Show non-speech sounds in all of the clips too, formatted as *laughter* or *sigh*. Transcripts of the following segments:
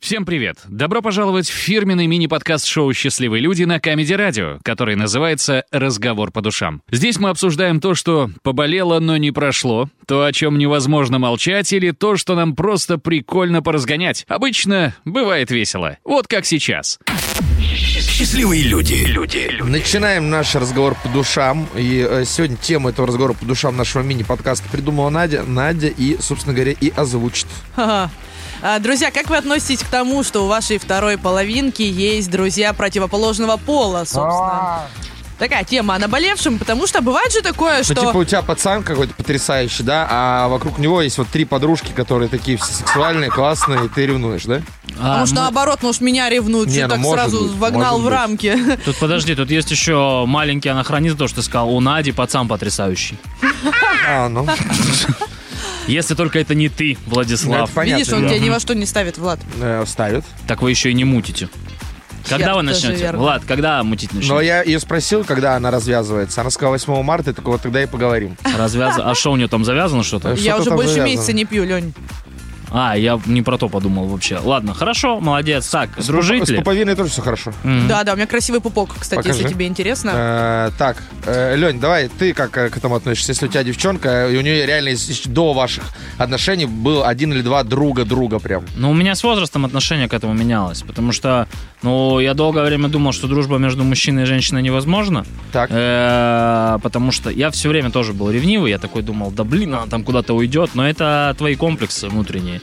Всем привет! Добро пожаловать в фирменный мини-подкаст шоу «Счастливые люди» на Камеди Радио, который называется «Разговор по душам». Здесь мы обсуждаем то, что поболело, но не прошло, то, о чем невозможно молчать, или то, что нам просто прикольно поразгонять. Обычно бывает весело. Вот как сейчас. Счастливые люди. Люди. Начинаем наш разговор по душам. И э, сегодня тему этого разговора по душам нашего мини-подкаста придумала Надя. Надя и, собственно говоря, и озвучит. Ну, Ха-ха. А, Друзья, как вы относитесь к тому, что у вашей второй половинки есть друзья противоположного пола, А. собственно? Такая тема о наболевшем, потому что бывает же такое, Ну, что... типа, у тебя пацан какой-то потрясающий, да? А вокруг него есть вот три подружки, которые такие все сексуальные, классные, и ты ревнуешь, да? А А, может, наоборот, может, меня ревнует, Не, что ну, так может сразу быть, вогнал может в быть. рамки. Тут подожди, тут есть еще маленький анахронизм, то, что ты сказал, у Нади пацан потрясающий. А, ну, Если только это не ты, ну, Владислав. это понятно. Видишь, он да. тебя ни во что не ставит, Влад. Э, вставит. Так вы еще и не мутите. Когда Я вы тоже начнете? верно. Влад, когда мутить Но начнете? я ее спросил, когда она развязывается. Она сказала 8 марта, я такой, вот тогда и поговорим. Развяз- А что у нее там завязано что-то? Э, Я что-то уже там больше завязано. месяца не пью, Лень. А, я не про то подумал вообще. Ладно, хорошо, молодец. Так, дружить С ли? пуповиной тоже все хорошо. Мгм. Да, да, у меня красивый пупок, кстати, если Покажи. тебе интересно. Э, Так, э, Лень, давай, ты как э, к этому относишься? Если у тебя девчонка, э, и у нее реально из- из- до ваших отношений был один или два друга друга прям. Ну, у меня с возрастом отношение к этому менялось, потому что, ну, я долгое время думал, что дружба между мужчиной и женщиной невозможна, Так, Э, потому что я все время тоже был ревнивый, я такой думал, да блин, она там куда-то уйдет, но это твои комплексы внутренние.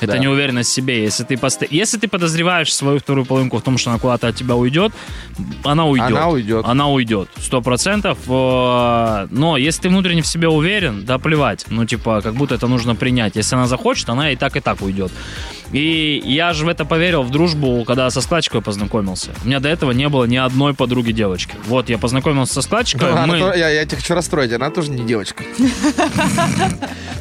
Это Да. неуверенность в себе. Если ты, пост... Если ты подозреваешь свою вторую половинку в том, что она куда-то от тебя уйдет, она уйдет. она уйдет. Она уйдет, сто процентов. Э, Но если ты внутренне в себе уверен, да плевать. Ну, типа, как будто это нужно принять. Если она захочет, она и так, и так уйдет. И я же в это поверил, в дружбу, когда со складчикой познакомился. У меня до этого не было ни одной подруги девочки. Вот, я познакомился со складчикой. *laughs* Она А, мы- то- я, я тебя хочу расстроить, она тоже не девочка.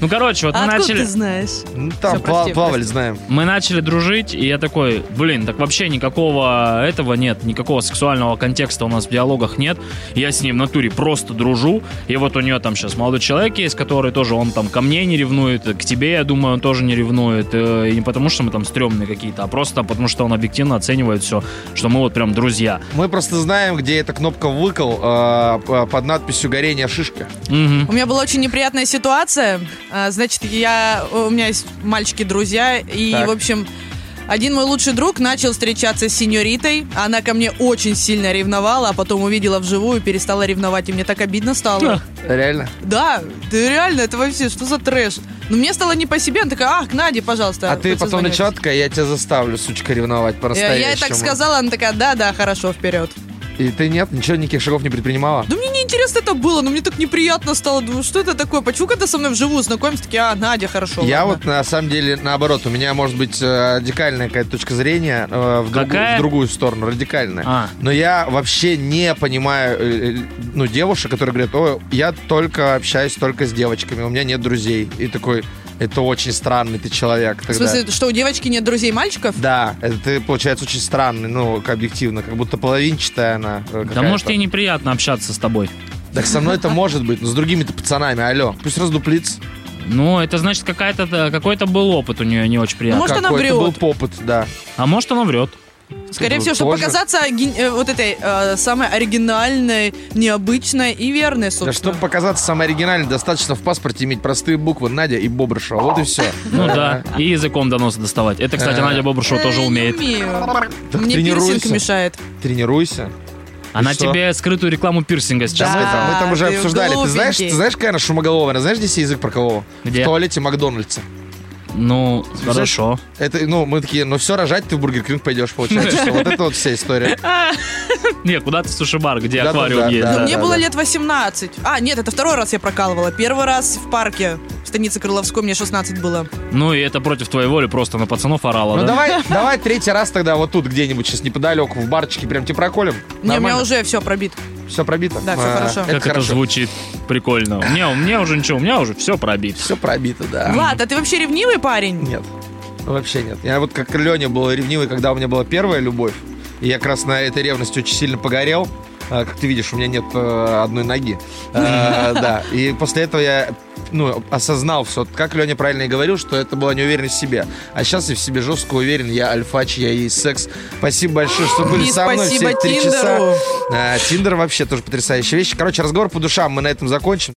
Ну, короче, вот А мы откуда начали... ты знаешь? Ну, там Всё, прости, пла- плавали, прости. знаем. Мы начали дружить, и я такой, блин, так вообще никакого этого нет, никакого сексуального контекста у нас в диалогах нет. Я с ним в натуре просто дружу, и вот у нее там сейчас молодой человек есть, который тоже, он там ко мне не ревнует, к тебе, я думаю, он тоже не ревнует, э, и не потому что мы там стрёмные какие-то, а просто потому что он объективно оценивает все, что мы вот прям друзья. Мы просто знаем, где эта кнопка выкол э, п- под надписью «Горение шишка». Мгм. У меня была очень неприятная ситуация. А, Значит, я, у меня есть мальчики-друзья, и, Так. в общем, один мой лучший друг начал встречаться с сеньоритой. Она ко мне очень сильно ревновала, а потом увидела вживую, перестала ревновать, и мне так обидно стало. Реально? Да, да реально, это вообще, что за трэш? Но мне стало не по себе, она такая, ах, к Наде, пожалуйста. а ты потом позвоняйтесь». начала такая, я тебя заставлю, сучка, ревновать Я, по-настоящему. я ей так сказала, она такая, да-да, хорошо, вперед. И ты нет, ничего, никаких шагов не предпринимала? Да мне неинтересно это было, но мне так неприятно стало. Думаю, что это такое? Почему когда со мной вживую знакомимся, такие, а, Надя, хорошо. Я ладно». вот на самом деле наоборот, у меня может быть э, радикальная какая-то точка зрения э, в, другу- Какая? в другую сторону, радикальная. А. Но я вообще не понимаю э, э, ну, девушек, которые говорят, ой, я только общаюсь только с девочками, у меня нет друзей. И такой, это очень странный ты человек. В тогда». смысле, что у девочки нет друзей мальчиков? Да, это ты, получается, очень странный, ну, к- объективно, как будто половинчатая она. э, Да какая-то. может и неприятно общаться с тобой. Так со мной это может быть, но с другими-то пацанами, алло, пусть раздуплится. Ну, это значит, какая-то, да, какой-то был опыт у нее не очень А приятный. Может, она Какой-то был врет. попыт, да. А может, она врет. Скорее Ну, всего, чтобы тоже. показаться оги- э, вот этой э, самой оригинальной, необычной и верной, Да, собственно. чтобы показаться самой оригинальной, достаточно в паспорте иметь простые буквы Надя и Бобрышева. Вот и все. Ну да, и языком до носа доставать. Это, кстати, Э. Надя Бобрышева Э, тоже не умеет. умею. Так Мне тренируйся. пирсинг мешает. Тренируйся. Она И что? тебе скрытую рекламу пирсинга сейчас Да. Мы там, выдала. мы там уже ты обсуждали. Ты знаешь, ты глупенький. знаешь, какая она шумоголовая? Она Знаешь, здесь язык про кого? Где? В туалете Макдональдса. Ну, хорошо. Это, ну, мы такие, ну все, рожать ты в Бургер Кинг пойдешь, получается. что Вот это вот вся история. Не, куда ты суши-бар, где Да, аквариум да, есть. да. да. Ну, Мне было лет 18. А, нет, это второй раз я прокалывала. Первый раз в парке в станице Крыловской мне 16 было. Ну и это против твоей воли, просто на пацанов орала, Ну да? давай, давай третий раз тогда вот тут где-нибудь сейчас неподалеку в барчике прям тебе проколем. Не, у меня Нормально? уже все пробит. Все пробито. Да, всё А, хорошо. Как это звучит прикольно. У меня, у меня уже ничего, у меня уже все пробито. Все пробито, да. Влад, а ты вообще ревнивый парень? Нет. Вообще нет. Я вот как Леня был ревнивый, когда у меня была первая любовь. И я как раз на этой ревности очень сильно погорел. Э, Как ты видишь, у меня нет э, одной ноги. *laughs* Э, Да. И после этого я ну, осознал все. Как Леня правильно и говорил, что это была неуверенность в себе. А сейчас я в себе жестко уверен. Я альфач, я и секс. Спасибо большое, что были И со мной все спасибо эти три часа. А, Тиндеру. Э, Тиндер вообще тоже потрясающая вещь. Короче, разговор по душам. Мы на этом закончим.